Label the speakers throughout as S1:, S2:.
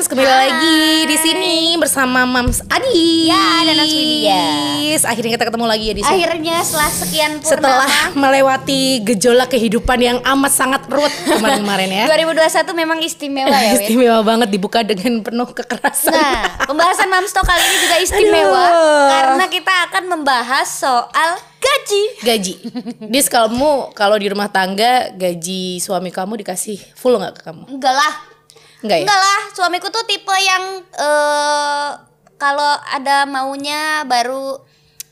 S1: kembali lagi di sini bersama Mams Adi.
S2: Ya, dan Nas Widya.
S1: Akhirnya kita ketemu lagi ya di sini.
S2: Akhirnya setelah sekian purnama
S1: Setelah melewati gejolak kehidupan yang amat sangat ruwet kemarin-kemarin ya.
S2: 2021 memang istimewa ya Wid.
S1: Istimewa banget dibuka dengan penuh kekerasan.
S2: Nah, pembahasan Mamsto kali ini juga istimewa
S1: Aduh.
S2: Karena kita akan membahas soal gaji
S1: Gaji. Dis kamu kalau di rumah tangga gaji suami kamu dikasih full nggak ke kamu?
S2: Enggak lah
S1: Enggak ya?
S2: Enggak lah, suamiku tuh tipe yang eh Kalau ada maunya baru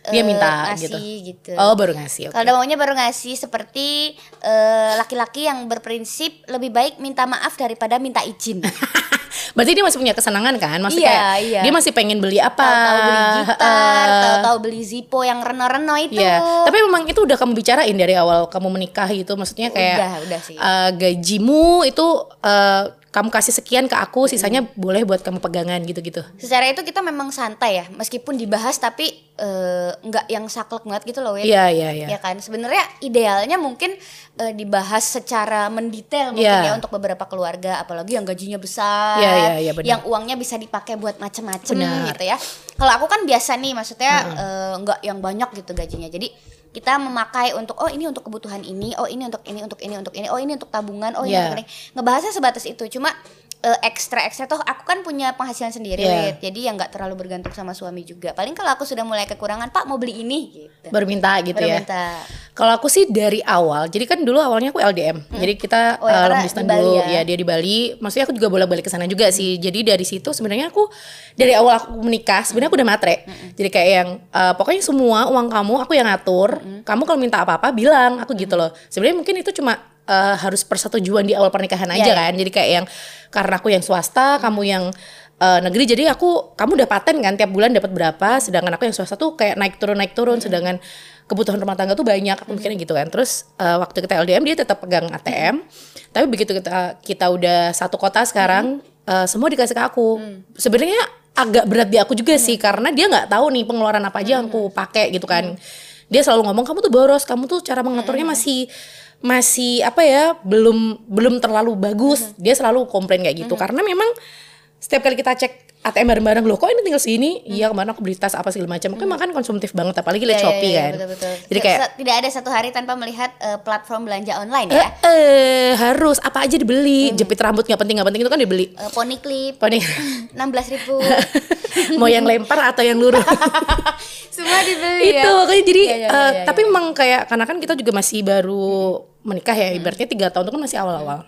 S2: eh,
S1: Dia minta
S2: ngasih,
S1: gitu.
S2: gitu.
S1: Oh baru ngasih. oke.
S2: Kalau ada maunya baru ngasih seperti eh, laki-laki yang berprinsip lebih baik minta maaf daripada minta izin.
S1: Berarti dia masih punya kesenangan kan? Masih
S2: Iya,
S1: kayak
S2: iya.
S1: dia masih pengen beli apa?
S2: Tahu-tahu beli gitar,
S1: eh,
S2: tahu-tahu beli Zippo yang reno-reno itu.
S1: Iya, tapi memang itu udah kamu bicarain dari awal kamu menikah gitu, maksudnya kayak
S2: Udah, udah sih.
S1: eh, gajimu itu eh, kamu kasih sekian ke aku, sisanya
S2: Iya.
S1: boleh buat kamu pegangan gitu-gitu.
S2: Secara itu kita memang santai ya, meskipun dibahas tapi eh, nggak yang saklek banget gitu loh, Win.
S1: Iya, iya, iya.
S2: Ya kan, sebenarnya idealnya mungkin eh, dibahas secara mendetail mungkin
S1: Iya.
S2: ya untuk beberapa keluarga, apalagi yang gajinya besar,
S1: Iya, iya, iya, benar.
S2: yang uangnya bisa dipakai buat macem-macem
S1: Benar.
S2: gitu ya. Kalau aku kan biasa nih, maksudnya eh, nggak yang banyak gitu gajinya, jadi kita memakai untuk oh ini untuk kebutuhan ini, oh ini untuk ini untuk ini untuk ini, oh ini untuk tabungan, oh ini
S1: Iya.
S2: untuk ini. Ngebahasnya sebatas itu, cuma eh, ekstra-ekstra toh aku kan punya penghasilan sendiri,
S1: Iya.
S2: Wid. jadi yang nggak terlalu bergantung sama suami juga. Paling kalau aku sudah mulai kekurangan, Pak mau beli ini gitu.
S1: Baru minta gitu
S2: Baru
S1: ya.
S2: minta.
S1: Kalau aku sih dari awal, jadi kan dulu awalnya aku LDM, jadi kita
S2: Oh
S1: eh,
S2: ya, karena
S1: long
S2: di
S1: distance
S2: Bali
S1: dulu,
S2: ya. Hmm.
S1: ya dia di Bali. Maksudnya aku juga bolak balik ke sana juga sih. Jadi dari situ sebenarnya aku dari awal aku menikah, sebenarnya aku udah matre.
S2: Hmm.
S1: Jadi kayak yang eh, pokoknya semua uang kamu aku yang ngatur.
S2: Hmm.
S1: Kamu kalau minta apa-apa bilang aku gitu loh. Sebenarnya mungkin itu cuma eh, harus persetujuan di awal pernikahan aja
S2: Ya, ya.
S1: kan. Jadi kayak yang karena aku yang swasta, kamu yang eh, negeri jadi aku kamu udah paten kan tiap bulan dapat berapa sedangkan aku yang swasta tuh kayak naik turun naik turun sedangkan kebutuhan rumah tangga tuh banyak aku mikirnya gitu kan terus eh, waktu kita LDM dia tetap pegang ATM tapi begitu kita kita udah satu kota sekarang eh, semua dikasih ke aku sebenarnya agak berat di aku juga sih karena dia nggak tahu nih pengeluaran apa aja yang aku pakai gitu kan dia selalu ngomong kamu tuh boros kamu tuh cara mengaturnya masih masih apa ya belum belum terlalu bagus dia selalu komplain kayak gitu karena memang setiap kali kita cek ATM bareng-bareng loh kok ini tinggal segini iya kemarin aku beli tas apa segala macam kan makan konsumtif banget apalagi lihat
S2: Ya, ya,
S1: Shopee
S2: ya,
S1: kan
S2: betul-betul.
S1: jadi kayak
S2: Se- tidak ada satu hari tanpa melihat eh, platform belanja online
S1: eh,
S2: ya.
S1: eh, harus apa aja dibeli jepit rambut nggak penting nggak penting itu kan dibeli
S2: Eh, pony clip
S1: Paling
S2: 16.000.
S1: mau yang lempar atau yang lurus
S2: Semua dibeli
S1: itu
S2: ya.
S1: makanya jadi
S2: Iya, iya,
S1: eh,
S2: iya, Hmm. iya,
S1: tapi memang kayak karena kan kita juga masih baru menikah ya ibaratnya tiga tahun itu kan masih
S2: Hmm.
S1: awal-awal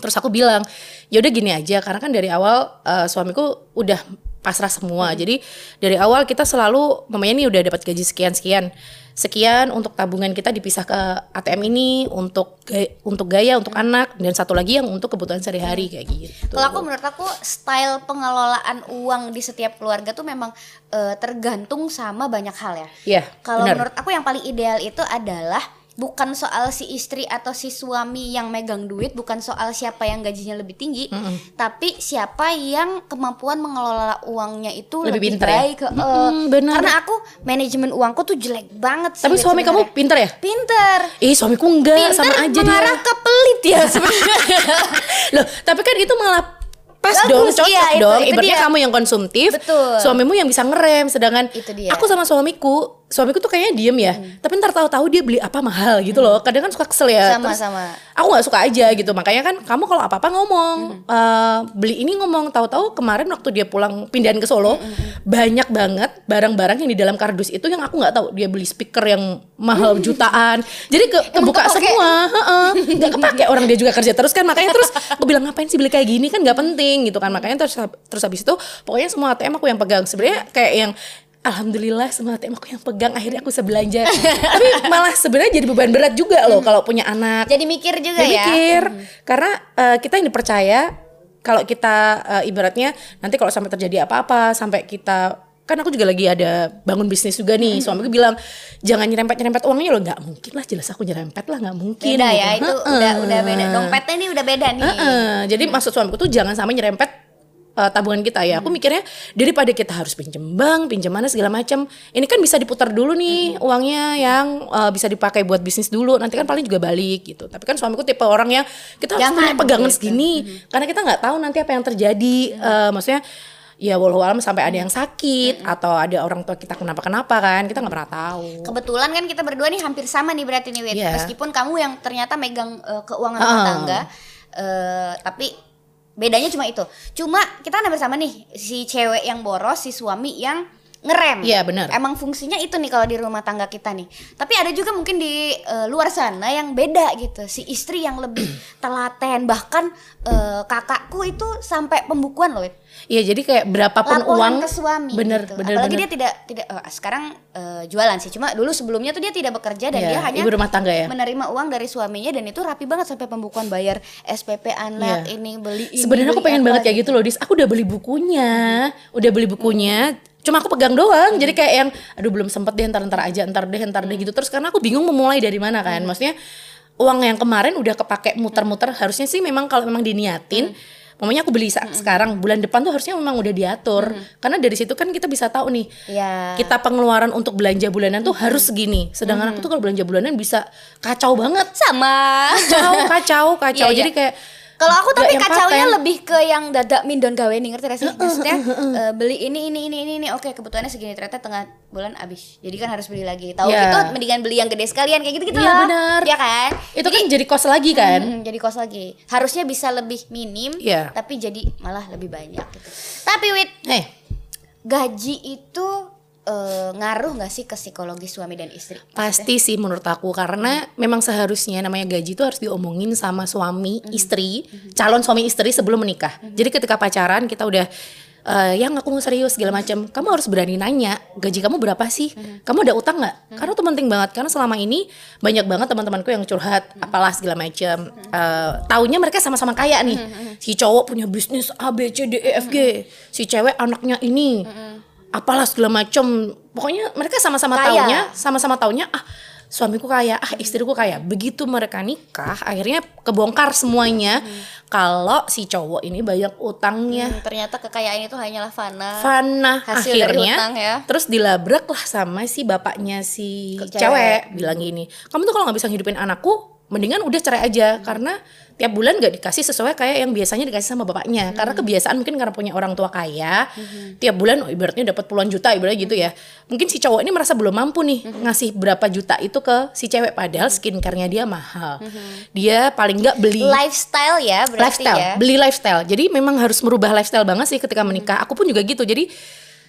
S1: terus aku bilang ya udah gini aja karena kan dari awal eh, suamiku udah pasrah
S2: Hmm.
S1: semua jadi dari awal kita selalu namanya nih udah dapat gaji sekian sekian sekian untuk tabungan kita dipisah ke ATM ini untuk gaya, untuk gaya untuk anak dan satu lagi yang untuk kebutuhan sehari-hari kayak gitu
S2: Hmm. Kalau aku menurut aku style pengelolaan uang di setiap keluarga tuh memang eh, tergantung sama banyak hal ya.
S1: Iya,
S2: Kalau
S1: benar.
S2: menurut aku yang paling ideal itu adalah bukan soal si istri atau si suami yang megang duit, bukan soal siapa yang gajinya lebih tinggi, tapi siapa yang kemampuan mengelola uangnya itu
S1: Lebih
S2: lebih,
S1: pinter ya?
S2: baik. eh,
S1: Mm-mm, benar.
S2: Karena aku manajemen uangku tuh jelek banget. sih,
S1: tapi
S2: Wid,
S1: suami kamu
S2: sebenarnya.
S1: pinter ya
S2: pinter.
S1: Eh suamiku enggak
S2: Pinter
S1: sama aja dia
S2: mengarah ke pelit ya sebenarnya.
S1: Loh, tapi kan itu malah pas
S2: Bagus,
S1: dong, cocok
S2: iya, itu-
S1: dong.
S2: itu
S1: Ibaratnya
S2: dia.
S1: kamu yang konsumtif,
S2: Betul.
S1: suamimu yang bisa ngerem. Sedangkan
S2: Itu dia. Hmm.
S1: aku sama suamiku, suamiku tuh kayaknya diem ya. Tapi ntar tahu-tahu dia beli apa mahal gitu loh. Kadang kan suka kesel ya.
S2: Sama,
S1: Terus
S2: sama.
S1: Aku nggak suka aja gitu. Makanya kan kamu kalau apa-apa ngomong, eh, beli ini ngomong. Tahu-tahu kemarin waktu dia pulang pindahan ke Solo, banyak banget barang-barang yang di dalam kardus itu yang aku nggak tahu dia beli speaker yang mahal jutaan. Jadi ke, kebuka
S2: kepake?
S1: semua heeh nggak kepake orang dia juga kerja terus kan makanya terus aku bilang ngapain sih beli kayak gini kan nggak penting gitu kan makanya terus terus habis itu pokoknya semua ATM aku yang pegang sebenarnya kayak yang Alhamdulillah semua ATM aku yang pegang akhirnya aku bisa belanja tapi malah sebenarnya jadi beban berat juga loh kalau punya anak
S2: Jadi mikir juga
S1: Dia
S2: ya.
S1: mikir karena eh, kita yang dipercaya kalau kita eh, ibaratnya nanti kalau sampai terjadi apa-apa sampai kita kan aku juga lagi ada bangun bisnis juga nih
S2: Hmm.
S1: suamiku bilang jangan nyerempet nyerempet uangnya loh nggak mungkin lah jelas aku nyerempet lah nggak mungkin gitu.
S2: Beda ya, itu
S1: Heeh.
S2: udah udah beda. Dompetnya ini udah beda nih.
S1: Eh, Heeh, jadi maksud suamiku tuh jangan sampai nyerempet eh, tabungan kita ya. Aku
S2: Hmm.
S1: mikirnya daripada kita harus pinjem bank, pinjem mana segala macam, ini kan bisa diputar dulu nih
S2: Hmm.
S1: uangnya yang eh, bisa dipakai buat bisnis dulu. Nanti kan paling juga balik gitu. Tapi kan suamiku tipe orang yang kita harus punya
S2: Jangan
S1: pegangan
S2: gitu.
S1: segini karena kita nggak tahu nanti apa yang terjadi.
S2: Hmm.
S1: Eh, maksudnya ya walau alam sampai ada yang sakit
S2: Hmm.
S1: atau ada orang tua kita kenapa-kenapa kan, kita nggak pernah tahu.
S2: Kebetulan kan kita berdua nih hampir sama nih berarti nih Wit.
S1: Iya.
S2: Meskipun kamu yang ternyata megang eh, keuangan rumah
S1: Ah.
S2: tangga eh, tapi bedanya cuma itu. Cuma kita kan hampir sama nih si cewek yang boros, si suami yang ngerem.
S1: Iya, benar.
S2: Emang fungsinya itu nih kalau di rumah tangga kita nih. Tapi ada juga mungkin di eh, luar sana yang beda gitu. Si istri yang lebih telaten bahkan eh, kakakku itu sampai pembukuan loh. Wit.
S1: Iya, jadi kayak berapapun uang
S2: laporan ke suami
S1: bener,
S2: gitu.
S1: bener,
S2: apalagi
S1: bener.
S2: dia tidak tidak eh, sekarang eh, jualan sih cuma dulu sebelumnya tuh dia tidak bekerja dan
S1: Iya,
S2: dia hanya
S1: ibu rumah tangga ya.
S2: menerima uang dari suaminya dan itu rapi banget sampai pembukuan bayar SPP anak
S1: Iya.
S2: ini beli ini
S1: Sebenarnya aku
S2: beli
S1: pengen
S2: apa.
S1: banget kayak gitu loh, Dis. Aku udah beli bukunya, udah beli bukunya. Cuma aku pegang doang, jadi kayak yang, aduh belum sempet deh, ntar ntar aja, ntar deh, ntar deh
S2: Hmm.
S1: gitu. Terus karena aku bingung memulai dari mana kan, maksudnya uang yang kemarin udah kepake muter-muter, harusnya sih memang kalau memang
S2: Hmm.
S1: diniatin. Mamanya aku beli sa- sekarang bulan depan tuh harusnya memang udah diatur
S2: Hmm.
S1: karena dari situ kan kita bisa tahu nih
S2: Iya.
S1: kita pengeluaran untuk belanja bulanan tuh
S2: Hmm.
S1: harus segini sedangkan aku tuh kalau belanja bulanan bisa kacau banget
S2: sama
S1: kacau kacau kacau
S2: Iya, iya.
S1: jadi kayak
S2: kalau aku
S1: nggak
S2: tapi
S1: yang
S2: kacaunya
S1: paten.
S2: lebih ke yang dadak mindon gawe nih ngerti gak sih maksudnya eh, beli ini ini ini ini ini oke kebutuhannya segini ternyata tengah bulan habis jadi kan harus beli lagi tahu
S1: Iya.
S2: gitu mendingan beli yang gede sekalian kayak gitu gitu
S1: Iya,
S2: lah
S1: benar.
S2: ya kan
S1: itu kan jadi kos lagi kan
S2: Mm, jadi kos lagi. Harusnya bisa lebih minim,
S1: Iya.
S2: tapi jadi malah lebih banyak gitu. Tapi Wit,
S1: eh
S2: gaji itu eh, ngaruh nggak sih ke psikologi suami dan istri?
S1: pasti sih menurut aku karena memang seharusnya namanya gaji itu harus diomongin sama suami istri calon suami istri sebelum menikah jadi ketika pacaran kita udah eh, yang aku mau serius segala macam kamu harus berani nanya gaji kamu berapa sih kamu ada utang nggak karena itu penting banget karena selama ini banyak banget teman-temanku yang curhat apalah segala macam Eh, taunya mereka sama-sama kaya nih si cowok punya bisnis A B C D E F G si cewek anaknya ini apalah segala macam pokoknya mereka sama-sama
S2: Kaya.
S1: taunya sama-sama taunya ah suamiku kaya, ah istriku kaya. Begitu mereka nikah, akhirnya kebongkar semuanya kalau si cowok ini banyak utangnya.
S2: Hmm, ternyata kekayaan itu hanyalah fana.
S1: Fana
S2: Hasil dari
S1: akhirnya
S2: hutang ya.
S1: terus dilabrak lah sama si bapaknya si
S2: Ke
S1: cewek.
S2: cewek.
S1: bilang gini, kamu tuh kalau nggak bisa ngidupin anakku mendingan udah cerai aja
S2: Hmm.
S1: karena tiap bulan nggak dikasih sesuai kayak yang biasanya dikasih sama bapaknya
S2: Hmm.
S1: karena kebiasaan mungkin karena punya orang tua kaya tiap bulan oh, ibaratnya dapat puluhan juta ibaratnya gitu ya
S2: Hmm.
S1: mungkin si cowok ini merasa belum mampu nih ngasih berapa juta itu ke si cewek padahal
S2: Hmm.
S1: skincare-nya dia mahal dia paling nggak beli
S2: Lifestyle ya berarti
S1: lifestyle,
S2: ya.
S1: beli lifestyle. Jadi memang harus merubah lifestyle banget sih ketika menikah. Aku pun juga gitu. Jadi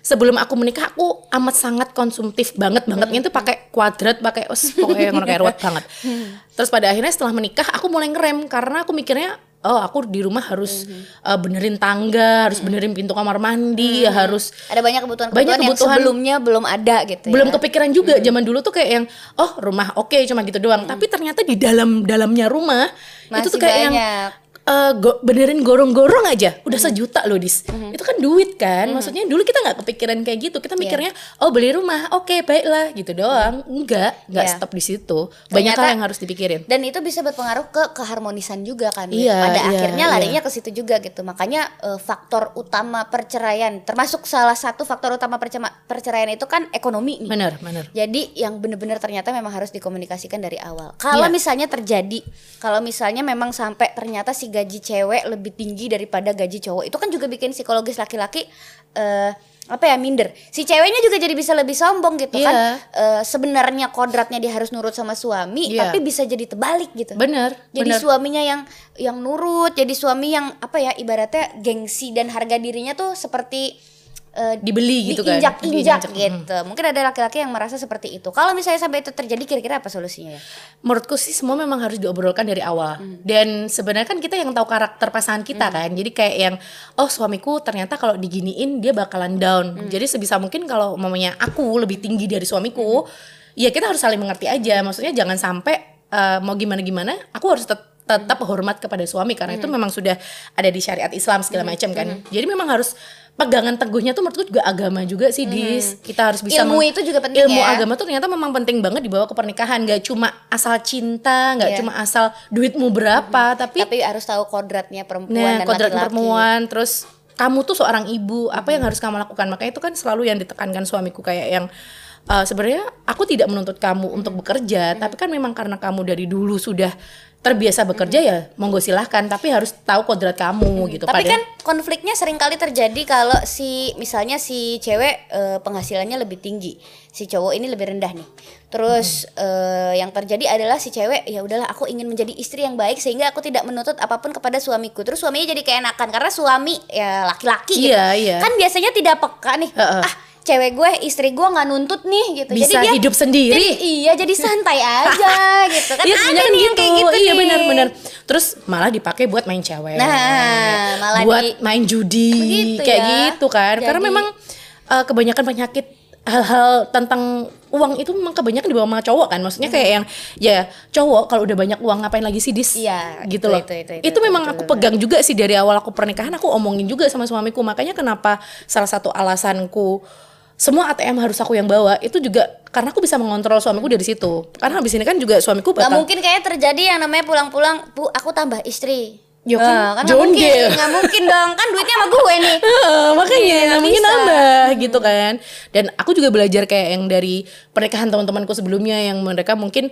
S1: sebelum aku menikah aku amat sangat konsumtif banget bangetnya itu pakai kuadrat, pakai us, pokoknya ngono kayak ruwet banget.
S2: Hmm.
S1: Terus pada akhirnya setelah menikah aku mulai ngerem karena aku mikirnya oh aku di rumah harus
S2: Mm-hmm.
S1: eh, benerin tangga, harus benerin pintu kamar mandi, harus
S2: Ada banyak kebutuhan-kebutuhan
S1: Banyak
S2: yang
S1: kebutuhan.
S2: sebelumnya belum ada gitu
S1: belum
S2: ya.
S1: kepikiran juga zaman dulu tuh kayak yang oh rumah oke cuma gitu doang tapi ternyata di dalam dalamnya rumah itu
S2: Mm-hmm. Masih
S1: tuh kayak yang
S2: banyak.
S1: eh, go- benerin gorong-gorong aja udah
S2: Mm-hmm.
S1: sejuta loh dis itu kan duit kan maksudnya dulu kita nggak kepikiran kayak gitu kita
S2: Iya.
S1: mikirnya oh beli rumah oke baiklah gitu doang enggak enggak
S2: Iya.
S1: stop di situ banyak
S2: Ternyata-
S1: hal yang harus dipikirin
S2: dan itu bisa berpengaruh ke keharmonisan juga kan Wit.
S1: Iya,
S2: pada
S1: iya,
S2: akhirnya
S1: iya.
S2: larinya ke situ juga gitu makanya eh, faktor utama perceraian termasuk salah satu faktor utama percema- perceraian itu kan ekonomi nih
S1: bener bener
S2: jadi yang benar-benar ternyata memang harus dikomunikasikan dari awal. Kalau
S1: Iya.
S2: misalnya terjadi, kalau misalnya memang sampai ternyata si gaji cewek lebih tinggi daripada gaji cowok, itu kan juga bikin psikologis laki-laki eh apa ya minder. Si ceweknya juga jadi bisa lebih sombong gitu kan.
S1: Iya.
S2: Eh, sebenarnya kodratnya dia harus nurut sama suami,
S1: Iya.
S2: tapi bisa jadi terbalik gitu.
S1: bener
S2: Jadi
S1: bener.
S2: suaminya yang yang nurut, jadi suami yang apa ya ibaratnya gengsi dan harga dirinya tuh seperti eh,
S1: Dibeli gitu kan.
S2: diinjak-injak
S1: Diinjak, mm-hmm.
S2: gitu. Mungkin ada laki-laki yang merasa seperti itu. Kalau misalnya sampai itu terjadi kira-kira apa solusinya ya?
S1: menurutku sih semua memang harus diobrolkan dari awal
S2: Hmm.
S1: dan sebenarnya kan kita yang tahu karakter pasangan kita kan jadi kayak yang oh suamiku ternyata kalau diginiin dia bakalan down
S2: Hmm.
S1: jadi sebisa mungkin kalau mamanya aku lebih tinggi dari suamiku
S2: Hmm.
S1: ya kita harus saling mengerti aja maksudnya jangan sampai eh, mau gimana gimana aku harus tet- tetap
S2: Hmm.
S1: hormat kepada suami karena itu memang sudah ada di syariat Islam segala
S2: Hmm.
S1: macam kan jadi memang harus pegangan teguhnya tuh menurutku juga agama juga sih dis kita harus bisa
S2: Hmm. Ilmu
S1: meng-
S2: itu juga penting
S1: ilmu
S2: ya.
S1: agama agama tuh ternyata memang penting banget dibawa ke pernikahan Gak cuma asal cinta, gak
S2: Iya.
S1: cuma asal duitmu berapa Tapi,
S2: Tapi harus tahu kodratnya perempuan
S1: nah
S2: dan
S1: kodrat
S2: laki-laki.
S1: perempuan, terus kamu tuh seorang ibu apa yang harus kamu lakukan makanya itu kan selalu yang ditekankan suamiku kayak yang "Eh, sebenarnya aku tidak menuntut kamu untuk bekerja tapi kan memang karena kamu dari dulu sudah terbiasa bekerja ya monggo silahkan tapi harus tahu kodrat kamu gitu
S2: Tapi
S1: Padahal-
S2: kan konfliknya seringkali terjadi kalau si misalnya si cewek eh, penghasilannya lebih tinggi, si cowok ini lebih rendah nih. Terus eh, yang terjadi adalah si cewek ya udahlah aku ingin menjadi istri yang baik sehingga aku tidak menuntut apapun kepada suamiku. Terus suaminya jadi keenakan karena suami ya laki-laki gitu.
S1: Iya, iya.
S2: Kan biasanya tidak peka nih.
S1: Heeh.
S2: Ah, cewek gue, istri gue nggak nuntut nih gitu.
S1: Bisa hidup sendiri.
S2: jadi- iya, jadi santai aja gitu kan.
S1: Iya
S2: ada
S1: sebenarnya
S2: nih yang kayak gitu
S1: Iya
S2: nih.
S1: benar-benar. Terus malah dipakai buat main cewek.
S2: Nah, malah
S1: buat
S2: di-
S1: main judi
S2: Begitu
S1: kayak
S2: ya.
S1: gitu kan. Karena
S2: Jadi-
S1: memang eh, kebanyakan penyakit hal-hal tentang uang itu memang kebanyakan dibawa sama cowok kan. Maksudnya kayak
S2: Hmm.
S1: yang ya cowok kalau udah banyak uang ngapain lagi sih dis?
S2: Iya,
S1: gitu
S2: itu,
S1: loh.
S2: itu, itu, itu,
S1: memang
S2: betul,
S1: aku
S2: betul.
S1: pegang juga sih dari awal aku pernikahan aku omongin juga sama suamiku. Makanya kenapa salah satu alasanku semua ATM harus aku yang bawa itu juga karena aku bisa mengontrol suamiku dari situ. Karena habis ini kan juga suamiku
S2: Gak
S1: bakal
S2: mungkin kayak terjadi yang namanya pulang-pulang, Bu, aku tambah istri.
S1: Ya kan,
S2: Nah, nggak
S1: John
S2: mungkin,
S1: Deere.
S2: nggak mungkin dong. Kan duitnya sama gue nih.
S1: Heeh, makanya
S2: Iya,
S1: nggak mungkin
S2: bisa.
S1: nambah gitu kan dan aku juga belajar kayak yang dari pernikahan teman-temanku sebelumnya yang mereka mungkin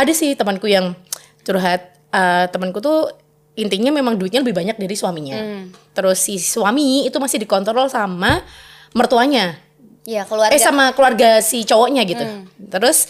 S1: ada sih temanku yang curhat eh, temanku tuh intinya memang duitnya lebih banyak dari suaminya
S2: Mm.
S1: terus si suami itu masih dikontrol sama mertuanya
S2: Ya,
S1: eh
S2: keluarga.
S1: sama keluarga si cowoknya gitu
S2: Hmm.
S1: terus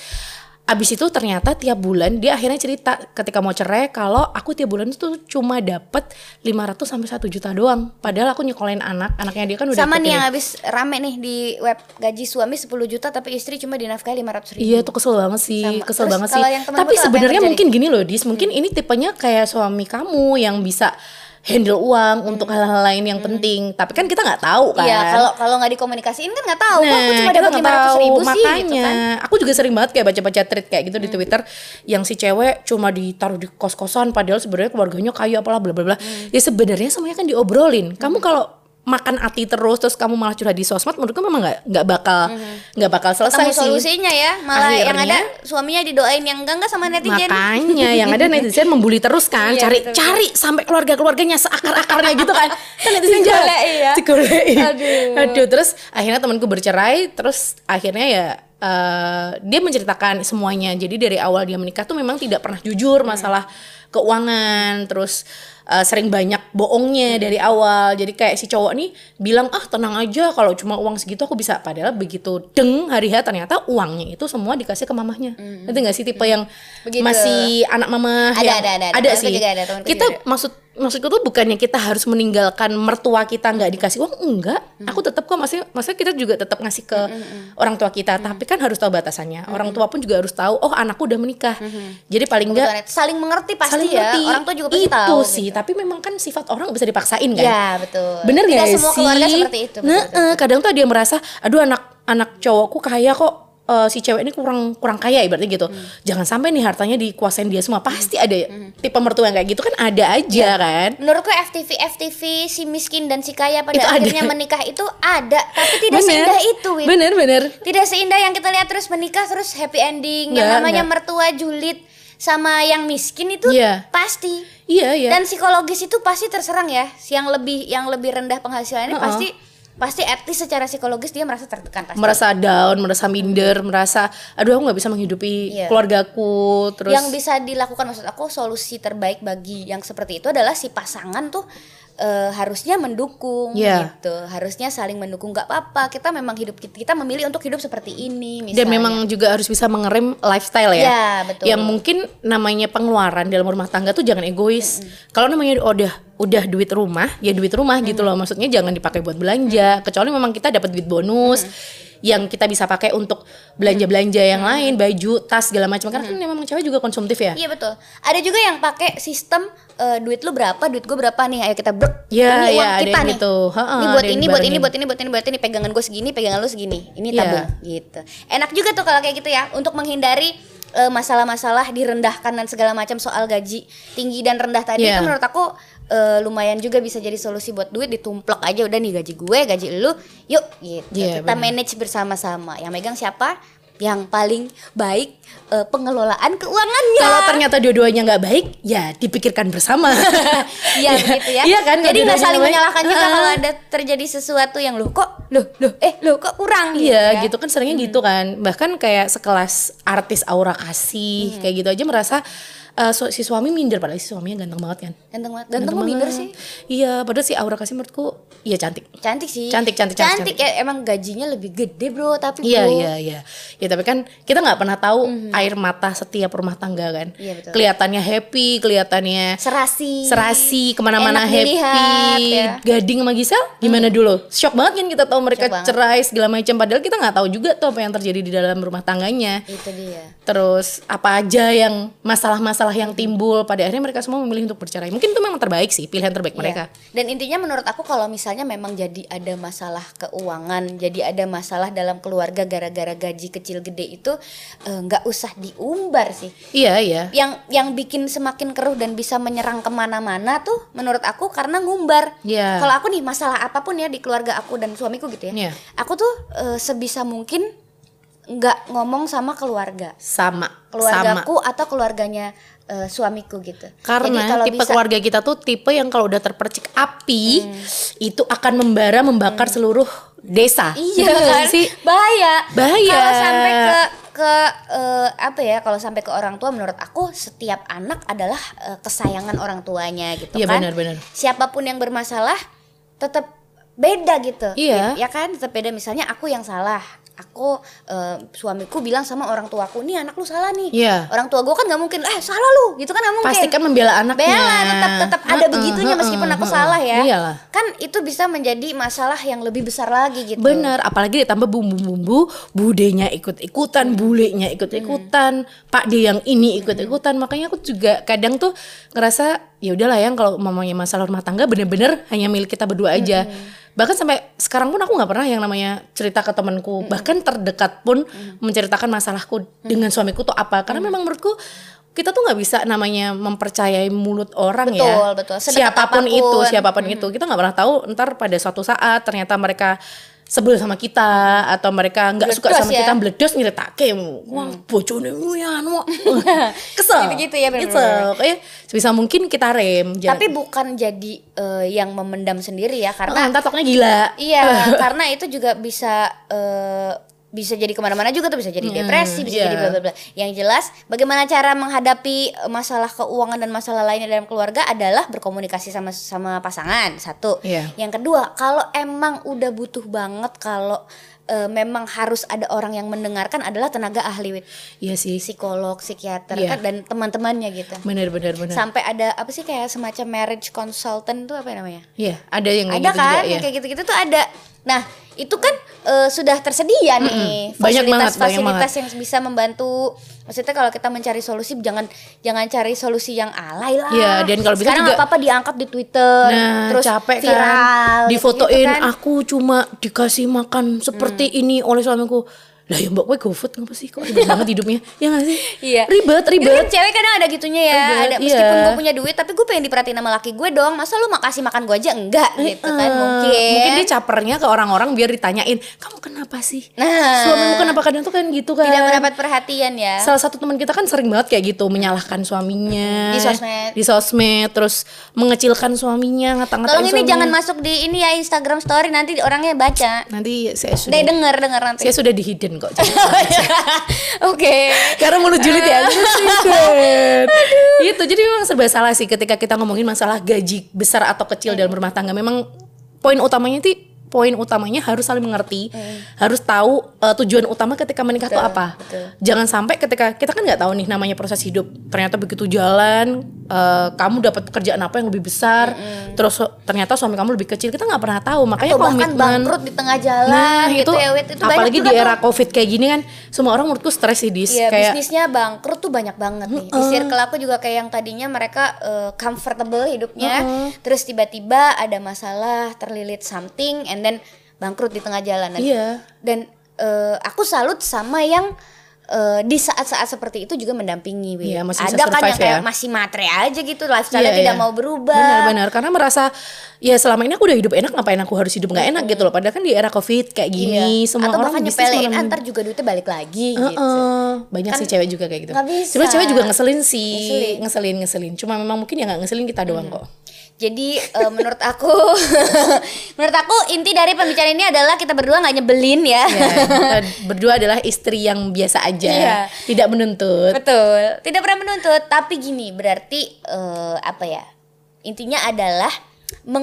S1: abis itu ternyata tiap bulan dia akhirnya cerita ketika mau cerai kalau aku tiap bulan itu cuma dapat 500 sampai 1 juta doang padahal aku nyekolahin anak anaknya dia kan udah
S2: Sama
S1: ikut
S2: nih yang
S1: ini.
S2: habis rame nih di web gaji suami 10 juta tapi istri cuma dinafkahi 500 ribu.
S1: Iya tuh kesel banget sih,
S2: Sama.
S1: kesel
S2: Terus
S1: banget sih.
S2: kalau yang temen
S1: Tapi
S2: gue tuh apa yang
S1: sebenarnya
S2: terjadi? Hmm.
S1: mungkin gini loh, Dis, mungkin ini tipenya kayak suami kamu yang bisa handle uang untuk hal-hal lain yang penting. Tapi kan kita nggak tahu kan.
S2: Hmm. Iya, kalau kalau nggak dikomunikasiin kan nggak tahu. Wah, aku
S1: Nah,
S2: cuma
S1: kita
S2: dapat
S1: nggak
S2: 500 ribu
S1: tahu,
S2: sih
S1: makanya.
S2: gitu kan. Hmm.
S1: Aku juga sering banget kayak baca-baca thread kayak gitu di Twitter yang si cewek cuma ditaruh di kos-kosan padahal sebenarnya keluarganya kaya apalah bla bla bla.
S2: Hmm.
S1: Ya sebenarnya semuanya kan diobrolin. Kamu kalau makan ati terus terus kamu malah curhat di sosmed menurutku memang nggak nggak bakal
S2: Hmm.
S1: nggak bakal selesai
S2: Tahu
S1: sih.
S2: solusinya ya, malah yang ada
S1: Akhirnya-
S2: suaminya didoain yang enggak enggak sama netizen.
S1: Makanya yang ada netizen membuli terus kan,
S2: Iya,
S1: cari
S2: betul-betul.
S1: cari sampai keluarga-keluarganya seakar-akarnya gitu kan. Kan netizen jahat.
S2: Digolei ya.
S1: Digolei.
S2: Aduh.
S1: Aduh, terus akhirnya temanku bercerai, terus akhirnya ya eh, dia menceritakan semuanya. Jadi dari awal dia menikah tuh memang tidak pernah jujur masalah keuangan, terus eh, sering banyak bohongnya dari awal. Jadi kayak si cowok nih bilang ah tenang aja kalau cuma uang segitu aku bisa. Padahal begitu deng hari H ternyata uangnya itu semua dikasih ke mamahnya. Nanti nggak sih tipe yang
S2: Mm-hmm. Begitu.
S1: masih anak mama
S2: Ada, ada, ada, ada. Temanku
S1: sih.
S2: juga ada, temanku
S1: kita
S2: juga
S1: maksud maksudku tuh bukannya kita harus meninggalkan mertua kita nggak dikasih uang enggak
S2: Hmm.
S1: aku tetap kok masih maksudnya kita juga tetap ngasih ke orang tua kita tapi
S2: Hmm.
S1: kan harus tahu batasannya orang tua pun juga harus tahu oh anakku udah menikah jadi paling enggak
S2: Kebutuhan- Saling mengerti Hmm, pasti
S1: saling
S2: ya.
S1: ngerti.
S2: Orang tua juga pasti
S1: itu
S2: tahu.
S1: sih tapi memang kan sifat orang nggak bisa dipaksain kan
S2: Ya, betul.
S1: bener
S2: Tidak
S1: nggak sih
S2: semua keluarga seperti itu. betul,
S1: Nah,
S2: betul.
S1: eh, kadang tuh ada yang merasa aduh anak anak cowokku kaya kok eh, si cewek ini kurang kurang kaya ibaratnya gitu
S2: Hmm.
S1: jangan sampai nih hartanya dikuasain dia semua pasti ada ya tipe mertua yang kayak gitu kan ada aja
S2: Iya.
S1: kan
S2: Menurutku FTV FTV si miskin dan si kaya pada
S1: Itu ada.
S2: akhirnya menikah itu ada, tapi tidak seindah itu. Win.
S1: bener bener
S2: Tidak seindah yang kita lihat terus menikah terus happy ending, yang
S1: Nggak,
S2: namanya
S1: nggak.
S2: mertua julid sama yang miskin itu
S1: Iya.
S2: pasti.
S1: iya iya
S2: Dan psikologis itu pasti terserang ya. Yang lebih yang lebih rendah penghasilannya
S1: Uh-uh.
S2: pasti pasti etis secara psikologis dia merasa tertekan pasti.
S1: merasa down merasa minder merasa aduh aku nggak bisa menghidupi
S2: Iya.
S1: keluargaku terus
S2: yang bisa dilakukan maksud aku solusi terbaik bagi yang seperti itu adalah si pasangan tuh eh, harusnya mendukung
S1: Iya.
S2: gitu harusnya saling mendukung nggak apa-apa kita memang hidup kita memilih untuk hidup seperti ini misalnya
S1: dan memang juga harus bisa mengerem lifestyle ya.
S2: Ya, betul.
S1: Yang mungkin namanya pengeluaran dalam rumah tangga tuh jangan egois. Kalau namanya oh, udah udah duit rumah, ya duit rumah gitu loh. Maksudnya jangan dipakai buat belanja, kecuali memang kita dapat duit bonus yang kita bisa pakai untuk belanja-belanja yang lain, baju, tas segala macam. Karena kan memang cewek juga konsumtif ya.
S2: Iya betul. Ada juga yang pakai sistem eh, duit lu berapa, duit gue berapa nih. Ayo kita blok.
S1: Iya,
S2: ini
S1: iya,
S2: uang
S1: ada
S2: kita
S1: yang
S2: nih.
S1: gitu. Ha-ha,
S2: ini buat
S1: ada yang
S2: ini, buat ini,
S1: dibarengin.
S2: buat ini, buat ini, buat ini. Pegangan gue segini, pegangan lu segini. Ini
S1: Iya.
S2: tabung gitu. Enak juga tuh kalau kayak gitu ya untuk menghindari eh, masalah-masalah direndahkan dan segala macam soal gaji tinggi dan rendah tadi
S1: Iya.
S2: itu menurut aku eh, lumayan juga bisa jadi solusi buat duit ditumplek aja udah nih gaji gue gaji lu yuk gitu
S1: Iya,
S2: kita
S1: benar.
S2: manage bersama-sama yang megang siapa yang paling baik eh, pengelolaan keuangannya.
S1: Kalau ternyata dua-duanya nggak baik, ya dipikirkan bersama.
S2: Iya gitu ya.
S1: Iya kan?
S2: Jadi
S1: kalau
S2: nggak
S1: dua-duanya
S2: saling
S1: baik.
S2: menyalahkan juga
S1: Heeh.
S2: kalau ada terjadi sesuatu yang loh kok loh loh eh loh kok kurang
S1: Iya
S2: ya.
S1: gitu kan seringnya gitu kan bahkan kayak sekelas artis aura kasih
S2: Hmm.
S1: kayak gitu aja merasa eh, su- si suami minder padahal si suaminya ganteng banget kan
S2: Ganteng banget. Ganteng kok minder sih.
S1: iya padahal si aura kasih menurutku iya cantik
S2: Cantik sih.
S1: Cantik, cantik, cantik,
S2: cantik. ya emang gajinya lebih gede bro tapi
S1: Iya
S2: bro,
S1: iya iya. Ya tapi kan kita nggak pernah tahu air mata setiap rumah tangga kan.
S2: Hmm. Iya, betul.
S1: Kelihatannya happy, kelihatannya
S2: serasi.
S1: serasi kemana-mana
S2: Enak
S1: happy.
S2: dilihat, ya. Hmm.
S1: Gading sama Gisel gimana dulu? Shock banget kan kita tahu mereka
S2: Shock banget.
S1: cerai segala macam. Padahal kita nggak tahu juga tuh apa yang terjadi di dalam rumah tangganya.
S2: Itu dia.
S1: Terus apa aja yang masalah-masalah yang timbul pada akhirnya mereka semua memilih untuk bercerai. Mungkin itu memang terbaik sih pilihan terbaik mereka.
S2: Iya. Dan intinya menurut aku kalau misalnya memang jadi ada masalah keuangan, jadi ada masalah dalam keluarga gara-gara gaji kecil gede itu eh, nggak usah diumbar sih.
S1: Iya iya.
S2: Yang yang bikin semakin keruh dan bisa menyerang kemana-mana tuh menurut aku karena ngumbar.
S1: Iya.
S2: Kalau aku nih masalah apapun ya di keluarga aku dan suamiku gitu ya.
S1: Iya.
S2: Aku tuh eh, sebisa mungkin nggak ngomong sama keluarga
S1: Sama. sama.
S2: keluargaku atau keluarganya eh, suamiku gitu. Jadi
S1: Karena
S2: kalau
S1: tipe
S2: bisa- Hmm.
S1: keluarga kita tuh tipe yang kalau udah terpercik api itu akan membara membakar seluruh desa.
S2: Iya
S1: Gitu nggak
S2: kan?
S1: sih?
S2: Bahaya.
S1: Bahaya.
S2: Kalau sampai ke ke eh, apa ya? Kalau sampai ke orang tua menurut aku setiap anak adalah eh, kesayangan orang tuanya gitu
S1: Iya,
S2: kan.
S1: benar-benar.
S2: Siapapun yang bermasalah tetap beda gitu.
S1: Iya.
S2: Ya kan tetap beda misalnya aku yang salah. Aku eh, suamiku bilang sama orang tuaku, "Nih anak lu salah nih."
S1: Iya.
S2: Orang tua gue kan nggak mungkin, "Eh, salah lu." Gitu kan nggak mungkin.
S1: Pasti kan membela anaknya.
S2: Bella tetap tetap ada
S1: Heeh,
S2: begitunya
S1: heeh,
S2: meskipun aku
S1: heeh.
S2: salah ya.
S1: Iyalah.
S2: Kan itu bisa menjadi masalah yang lebih besar lagi gitu.
S1: Bener, apalagi ditambah bumbu-bumbu budenya ikut-ikutan, bulenya ikut-ikutan, pak de yang ini ikut-ikutan. Makanya aku juga kadang tuh ngerasa ya udahlah yang kalau mamanya masalah rumah tangga bener-bener hanya milik kita berdua aja. Bahkan sampai sekarang pun aku nggak pernah yang namanya cerita ke temanku, bahkan terdekat pun menceritakan masalahku dengan suamiku tuh apa. Karena memang menurutku kita tuh nggak bisa namanya mempercayai mulut orang ya.
S2: Betul, betul. Sedekat
S1: Siapapun itu,
S2: apapun.
S1: siapa apapun itu kita nggak pernah tahu ntar pada suatu saat ternyata mereka sebel sama kita atau mereka nggak suka
S2: Meledos
S1: sama
S2: ya. Mm.
S1: kita meledos ngiritake wah bojone lu ya anu." kesel
S2: Gitu-gitu ya, bener-bener.
S1: kesel kayak sebisa mungkin kita rem Jangan-
S2: Tapi bukan jadi eh, yang memendam sendiri ya
S1: Ah,
S2: karena
S1: ntar toknya gila
S2: iya karena itu juga bisa eh, bisa jadi kemana-mana juga tuh bisa jadi depresi bisa
S1: iya.
S2: jadi bla bla bla. Yang jelas bagaimana cara menghadapi eh, masalah keuangan dan masalah lainnya dalam keluarga adalah berkomunikasi sama sama pasangan satu.
S1: Iya.
S2: Yang kedua kalau emang udah butuh banget kalau eh, memang harus ada orang yang mendengarkan adalah tenaga ahli Wit.
S1: iya sih
S2: psikolog, psikiater
S1: Iya.
S2: kan, dan teman-temannya gitu.
S1: bener bener bener
S2: Sampai ada apa sih kayak semacam marriage consultant tuh apa namanya?
S1: iya ada yang kayak
S2: ada
S1: gitu
S2: kan
S1: juga,
S2: yang kayak gitu-gitu tuh ada. Nah, itu kan eh, sudah tersedia nih
S1: Mm-mm. Banyak banget,
S2: fasilitas-fasilitas
S1: banyak banget.
S2: yang bisa membantu. Maksudnya kalau kita mencari solusi jangan jangan cari solusi yang alay lah.
S1: Iya, dan kalau bisa
S2: Sekarang
S1: juga-
S2: apa-apa diangkat di Twitter,
S1: Nah,
S2: terus
S1: capek
S2: viral,
S1: kan. Difotoin
S2: gitu-gitu kan. Mm.
S1: aku cuma dikasih makan seperti ini oleh suamiku. Lah ya mbak gue gofood ngapa sih kok ribet banget hidupnya ya gak sih?
S2: Iya.
S1: Ribet
S2: Itu kan
S1: ribet.
S2: cewek kadang ada gitunya ya.
S1: Ribet,
S2: ada meskipun
S1: iya.
S2: gue punya duit tapi gue pengen diperhatiin sama laki gue dong. Masa lu makasih makan gue aja enggak gitu kan
S1: Eh,
S2: mungkin.
S1: mungkin dia capernya ke orang-orang biar ditanyain kamu kenapa sih?
S2: Nah.
S1: Suamimu kenapa kadang tuh kan gitu kan?
S2: tidak mendapat perhatian ya.
S1: Salah satu teman kita kan sering banget kayak gitu menyalahkan suaminya
S2: Di sosmed.
S1: di sosmed, terus mengecilkan suaminya, ngata-ngatain
S2: Tolong ini
S1: suaminya.
S2: jangan masuk di ini ya Instagram story nanti orangnya baca.
S1: Nanti saya sudah
S2: Deh denger denger nanti. Oh, iya.
S1: saya sudah dihidden kok. Jadi-
S2: Oke.
S1: Karena mulut julid ya Itu jadi memang serba salah sih ketika kita ngomongin masalah gaji besar atau kecil dalam rumah tangga Memang poin utamanya itu poin utamanya harus saling mengerti harus tahu uh, tujuan utama ketika menikah itu
S2: Hmm. Betul,
S1: apa
S2: betul.
S1: jangan sampai ketika kita kan nggak tahu nih namanya proses hidup ternyata begitu jalan uh, kamu dapat pekerjaan apa yang lebih besar terus su- ternyata suami kamu lebih kecil kita nggak pernah tahu makanya
S2: Hmm. Atau bahkan
S1: komitmen
S2: bangkrut di tengah jalan
S1: Nah,
S2: gitu
S1: itu,
S2: ya Wit. Itu banyak
S1: apalagi
S2: juga
S1: di
S2: tuh.
S1: era covid kayak gini kan semua orang menurutku stres sih dis
S2: Iya
S1: kayak
S2: bisnisnya bangkrut tuh banyak banget nih. Di circle aku juga kayak yang tadinya mereka eh, comfortable hidupnya, terus tiba-tiba ada masalah terlilit something, and then bangkrut di tengah jalan. Dan-
S1: Iya.
S2: Dan eh, aku salut sama yang eh, di saat-saat seperti itu juga mendampingi Wi.
S1: Iya, masih bisa
S2: ada kan yang
S1: survive ya.
S2: kayak masih matre aja gitu lifestyle
S1: Iya,
S2: tidak
S1: iya.
S2: mau berubah
S1: Benar-benar karena merasa ya selama ini aku udah hidup enak ngapain aku harus hidup nggak enak gitu loh. Padahal kan di era covid kayak gini
S2: Iya.
S1: semua
S2: atau
S1: orang
S2: bahkan
S1: bisnis
S2: nyepelein
S1: malah-
S2: antar juga duitnya balik lagi gitu
S1: Heeh, banyak sih cewek juga kayak gitu.
S2: nggak bisa.
S1: Cuma cewek juga ngeselin sih,
S2: Ngeselin.
S1: ngeselin ngeselin. Cuma memang mungkin ya nggak ngeselin kita doang kok.
S2: Jadi eh, menurut aku, menurut aku inti dari pembicaraan ini adalah kita berdua nggak nyebelin ya.
S1: Ya, kita berdua adalah istri yang biasa aja,
S2: Iya.
S1: tidak menuntut.
S2: Betul. Tidak pernah menuntut, tapi gini berarti eh, apa ya? Intinya adalah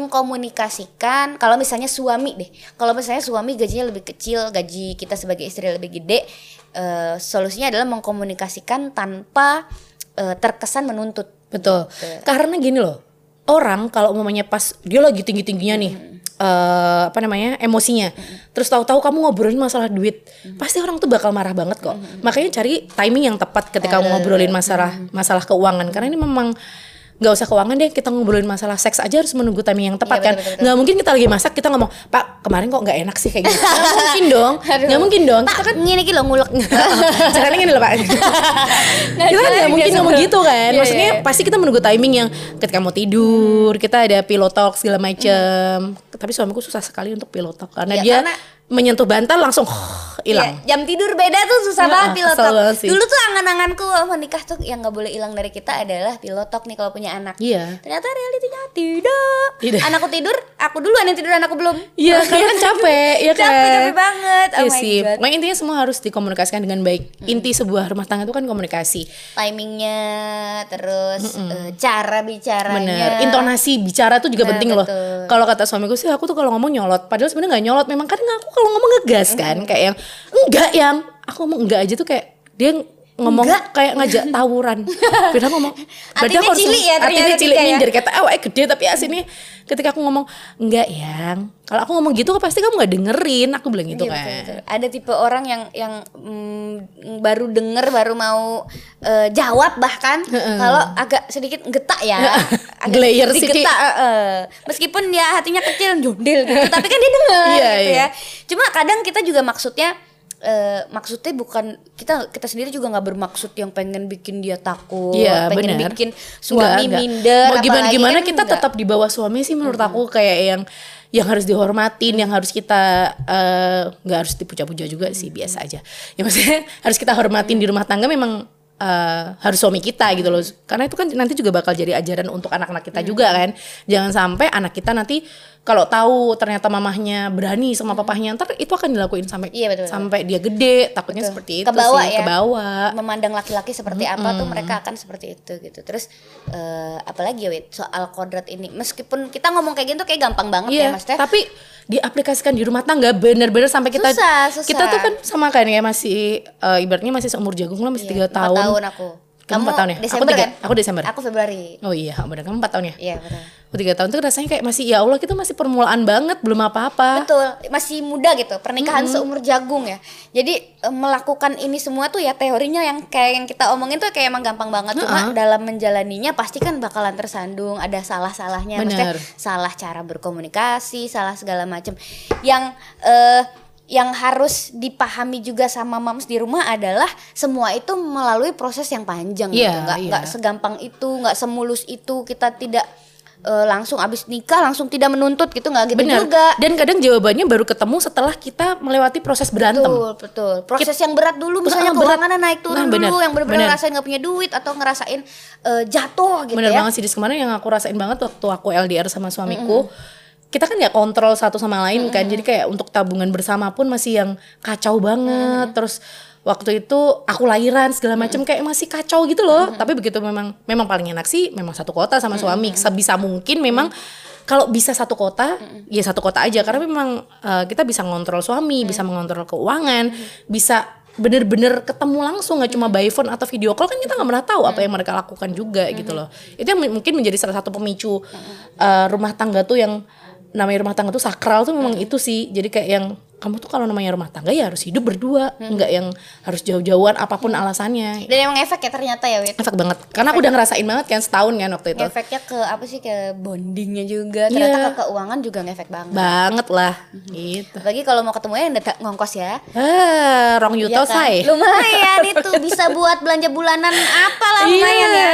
S2: mengkomunikasikan kalau misalnya suami deh kalau misalnya suami gajinya lebih kecil gaji kita sebagai istri lebih gede eh, solusinya adalah mengkomunikasikan tanpa eh, terkesan menuntut
S1: Betul. Karena gini loh, orang kalau umpamanya pas dia lagi tinggi tingginya nih, eh, apa namanya emosinya, terus tahu-tahu kamu ngobrolin masalah duit, pasti orang tuh bakal marah banget kok. Makanya cari timing yang tepat ketika ngobrolin masalah
S2: Hmm.
S1: masalah keuangan, karena ini memang nggak usah keuangan deh kita ngobrolin masalah seks aja harus menunggu timing yang tepat
S2: Iya,
S1: kan
S2: betul, betul,
S1: nggak mungkin kita lagi masak kita ngomong pak kemarin kok nggak enak sih kayak gitu nggak mungkin dong nggak mungkin dong kita kan
S2: kan ngini gitu loh ngulek
S1: caranya gini loh pak
S2: Nah,
S1: kita kan nggak mungkin ngomong gitu kan
S2: Iya,
S1: maksudnya
S2: iya.
S1: pasti kita menunggu timing yang ketika mau tidur kita ada pillow talk segala macem tapi suamiku susah sekali untuk pillow talk karena
S2: Hmm. Iya,
S1: dia
S2: karena-
S1: menyentuh bantal langsung hilang
S2: Iya, jam tidur beda tuh susah
S1: Iya,
S2: banget
S1: kesel
S2: pilotok.
S1: banget sih.
S2: Dulu tuh angan-anganku mau nikah tuh yang nggak boleh hilang dari kita adalah pilotok nih kalau punya anak.
S1: Iya.
S2: Ternyata realitinya tidak.
S1: Tidak.
S2: Anakku tidur, aku duluan yang tidur, anakku belum.
S1: Iya, karena kan capek, ya kan.
S2: Capek, capek banget. Oh
S1: Iya
S2: my
S1: sih.
S2: God. Hmm.
S1: Pokoknya intinya semua harus dikomunikasikan dengan baik. Inti sebuah rumah tangga itu kan komunikasi.
S2: Timingnya, terus eh, cara bicaranya.
S1: Bener, intonasi bicara tuh juga
S2: Nah,
S1: penting loh.
S2: betul.
S1: Kalau kata suamiku sih aku tuh kalau ngomong nyolot, padahal sebenarnya nggak nyolot. Memang kadang aku kalau ngomong ngegas kan, kayak yang enggak yang aku ngomong enggak aja tuh kayak dia ngomong kayak ngajak tawuran. Padahal ngomong, berarti
S2: Hatinya
S1: aku harus-
S2: cilik ya, ternyata
S1: hatinya cilik
S2: tiga ya.
S1: minder kata awalnya "Ah, gede tapi aslinya ketika aku ngomong enggak yang kalau aku ngomong gitu pasti kamu nggak dengerin aku bilang gitu
S2: Iya,
S1: kan.
S2: betul, betul. Ada tipe orang yang yang mm, baru denger baru mau eh, jawab bahkan kalau agak sedikit getak ya. agak
S1: Glayer
S2: sedikit
S1: sedikit.
S2: getak, eh, eh. Meskipun dia hatinya kecil jondel gitu, tapi kan dia denger
S1: Iya,
S2: gitu
S1: iya.
S2: ya. Cuma kadang kita juga maksudnya eh, maksudnya bukan kita kita sendiri juga nggak bermaksud yang pengen bikin dia takut,
S1: Iya,
S2: pengen
S1: benar.
S2: bikin
S1: Enggak,
S2: suami
S1: enggak.
S2: minder
S1: Mau gimana
S2: apalagi
S1: gimana
S2: kan
S1: kita
S2: enggak.
S1: tetap di bawah suami sih menurut aku kayak yang yang harus dihormatin, yang harus kita eh, nggak harus dipuja-puja juga sih biasa aja. Ya maksudnya harus kita hormatin di rumah tangga memang eh, harus suami kita gitu loh. Karena itu kan nanti juga bakal jadi ajaran untuk anak-anak kita juga kan. Jangan sampai anak kita nanti kalau tahu ternyata mamahnya berani sama papahnya ntar itu akan dilakuin sampai
S2: Iya, betul, betul.
S1: sampai dia gede takutnya seperti itu
S2: Kebawa
S1: sih
S2: ya.
S1: kebawa.
S2: memandang laki-laki seperti apa tuh mereka akan seperti itu gitu terus eh, apalagi ya Wit soal kodrat ini meskipun kita ngomong kayak gitu kayak gampang banget ya
S1: Iya,
S2: maksudnya
S1: tapi diaplikasikan di rumah tangga bener-bener sampai kita
S2: Susah, susah.
S1: kita tuh kan sama kan ya masih eh, ibaratnya masih seumur jagung lah masih tiga
S2: Iya, empat
S1: tahun.
S2: aku
S1: Kamu empat tahun ya? Aku
S2: Desember
S1: tiga.
S2: kan
S1: Aku Desember.
S2: aku Februari
S1: Oh iya, bener kamu empat tahun ya?
S2: iya betul
S1: Aku tiga tahun tuh rasanya kayak masih ya Allah kita masih permulaan banget belum apa-apa.
S2: betul masih muda gitu pernikahan seumur jagung ya jadi eh, melakukan ini semua tuh ya teorinya yang kayak yang kita omongin tuh kayak emang gampang banget cuma dalam menjalaninya pasti kan bakalan tersandung ada salah salahnya
S1: Bener.
S2: maksudnya salah cara berkomunikasi salah segala macem yang eh, yang harus dipahami juga sama mams di rumah adalah semua itu melalui proses yang panjang
S1: Iya,
S2: gitu nggak
S1: iya.
S2: nggak segampang itu nggak semulus itu kita tidak eh, langsung abis nikah langsung tidak menuntut gitu nggak gitu
S1: Bener.
S2: juga
S1: Dan kadang jawabannya baru ketemu setelah kita melewati proses berantem.
S2: Betul, betul. Proses yang berat dulu
S1: Ah,
S2: misalnya
S1: berat.
S2: keuangannya naik turun
S1: Nah, bener,
S2: dulu yang benar-benar
S1: bener.
S2: ngerasain nggak punya duit atau ngerasain eh, jatuh gitu
S1: Bener
S2: ya.
S1: banget sih Dis kemarin yang aku rasain banget waktu aku LDR sama suamiku kita kan nggak kontrol satu sama lain kan jadi kayak untuk tabungan bersama pun masih yang kacau banget terus waktu itu aku lahiran segala macam kayak masih kacau gitu loh tapi begitu memang memang paling enak sih memang satu kota sama suami sebisa mungkin memang kalau bisa satu kota ya satu kota aja karena memang eh, kita bisa ngontrol suami bisa mengontrol keuangan bisa bener-bener ketemu langsung nggak cuma by phone atau video call kan kita nggak pernah tahu apa yang mereka lakukan juga gitu loh itu yang m- mungkin menjadi salah satu pemicu eh, rumah tangga tuh yang namanya rumah tangga tuh sakral tuh memang itu sih jadi kayak yang kamu tuh kalau namanya rumah tangga ya harus hidup berdua, nggak yang harus jauh-jauhan apapun alasannya.
S2: Dan emang efek ya ternyata ya Wit.
S1: Efek banget. Karena aku udah ngerasain banget kan setahun kan waktu itu.
S2: Efeknya ke apa sih ke bondingnya juga. Ternyata
S1: Iya.
S2: ke keuangan juga ngefek banget.
S1: Banget lah gitu.
S2: Apalagi kalau mau ketemu yang datang ngongkos ya.
S1: Ah, rong
S2: Iya
S1: yuto
S2: kan?
S1: say.
S2: Lumayan itu bisa buat belanja bulanan apalah lumayan
S1: Iya.
S2: ya.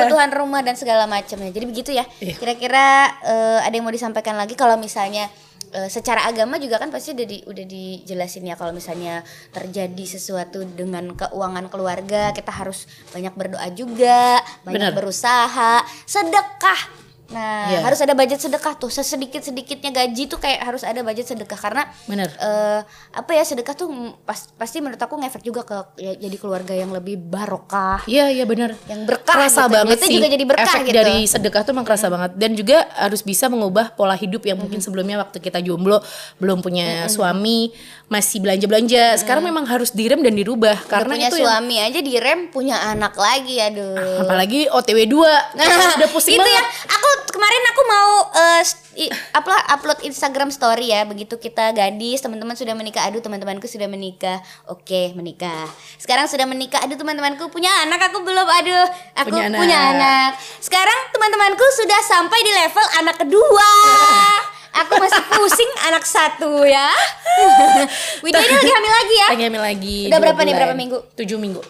S2: Kebutuhan rumah dan segala macamnya. Jadi begitu ya.
S1: Iya.
S2: Kira-kira eh, ada yang mau disampaikan lagi kalau misalnya eh, secara agama juga kan pasti udah di, udah dijelasin ya kalau misalnya terjadi sesuatu dengan keuangan keluarga kita harus banyak berdoa juga,
S1: Benar.
S2: banyak berusaha, sedekah. Nah,
S1: Iya.
S2: harus ada budget sedekah tuh. Sesedikit-sedikitnya gaji tuh kayak harus ada budget sedekah karena
S1: Bener.
S2: eh apa ya sedekah tuh mm, pas, pasti menurut aku ngefek juga ke ya, jadi keluarga yang lebih barokah
S1: Iya iya benar.
S2: Yang berkah
S1: Kerasa
S2: gitu.
S1: banget
S2: Duitnya
S1: sih.
S2: juga jadi berkah
S1: efek
S2: gitu. Hmm.
S1: dari sedekah tuh emang kerasa banget dan juga harus bisa mengubah pola hidup yang mungkin sebelumnya waktu kita jomblo belum
S2: Hmm,
S1: punya suami masih belanja belanja. Sekarang memang harus direm dan dirubah karena
S2: karena Hmm. punya
S1: itu yang-
S2: suami aja direm punya anak lagi aduh
S1: apalagi OTW 2 udah pusing
S2: gitu
S1: banget.
S2: ya aku kemarin aku mau eh, st- i- upload upload Instagram story ya begitu kita gadis teman-teman sudah menikah aduh teman-temanku sudah menikah oke menikah sekarang sudah menikah aduh teman-temanku punya anak aku belum aduh aku
S1: Punya
S2: punya
S1: anak.
S2: anak, sekarang teman-temanku sudah sampai di level anak kedua aku masih pusing anak satu ya Widya ini lagi hamil lagi ya
S1: Lagi hamil lagi.
S2: Udah
S1: dua
S2: berapa nih,
S1: bulan.
S2: berapa minggu?
S1: Tujuh minggu.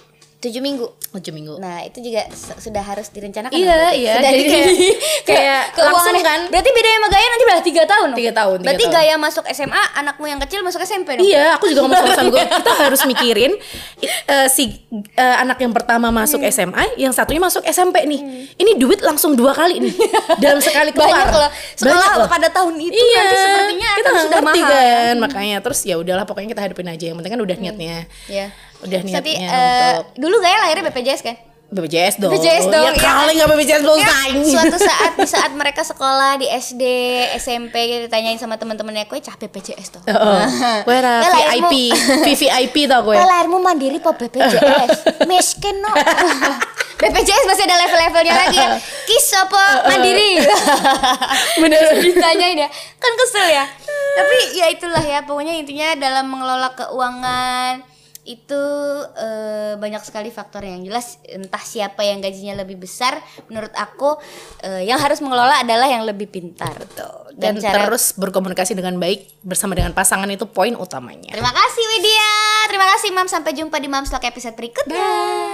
S2: tujuh minggu
S1: Tujuh minggu.
S2: Nah itu juga su- sudah harus direncanakan
S1: Iya,
S2: berarti.
S1: iya.
S2: Sudah
S1: Jadi
S2: kayak,
S1: kayak langsung kan.
S2: Berarti beda sama gaya nanti berarti 3 tahun dong.
S1: Tiga tahun, tiga
S2: Berarti
S1: tahun.
S2: gaya masuk SMA Anakmu yang kecil masuk SMP dong
S1: Iya, aku juga ngomong sama suami gue, kita harus mikirin i- eh, si eh, anak yang pertama masuk
S2: Hmm.
S1: SMA, yang satunya masuk SMP nih. Ini duit langsung dua kali nih. Dalam sekali keluar.
S2: Banyak loh Sekolah
S1: Banyak loh.
S2: pada tahun itu
S1: iya,
S2: nanti sepertinya
S1: kita
S2: akan
S1: nggak
S2: sudah
S1: ngerti
S2: mahal Hmm.
S1: kan. Makanya terus ya udahlah pokoknya kita hadapin aja. Yang penting kan udah niatnya.
S2: Iya
S1: Udah niatnya
S2: Tapi eh,
S1: untuk
S2: dulu gaya lahirnya BPJS kan
S1: BPJS dong.
S2: BPJS dong,
S1: Ya
S2: iya.
S1: kali nggak BPJS belum sign.
S2: Suatu saat di saat mereka sekolah di SD, SMP gitu, ditanyain sama teman-temannya, "Kowe cah BPJS tuh?"
S1: Oh, gue era
S2: Lah, lahirmu-
S1: VIP, VVIP tau gue.
S2: Kok lahirmu mandiri po BPJS? Miskin no. BPJS masih ada level-levelnya lagi ya. Kis apa mandiri?
S1: Bener.
S2: Ditanyain ya. Kan kesel ya. Tapi ya itulah ya. Pokoknya intinya dalam mengelola keuangan itu eh, banyak sekali faktor yang jelas entah siapa yang gajinya lebih besar menurut aku eh, yang harus mengelola adalah yang lebih pintar Betul.
S1: dan terus berkomunikasi dengan baik bersama dengan pasangan itu poin utamanya.
S2: terima kasih Widya terima kasih Mam sampai jumpa di Mam's Talk episode berikutnya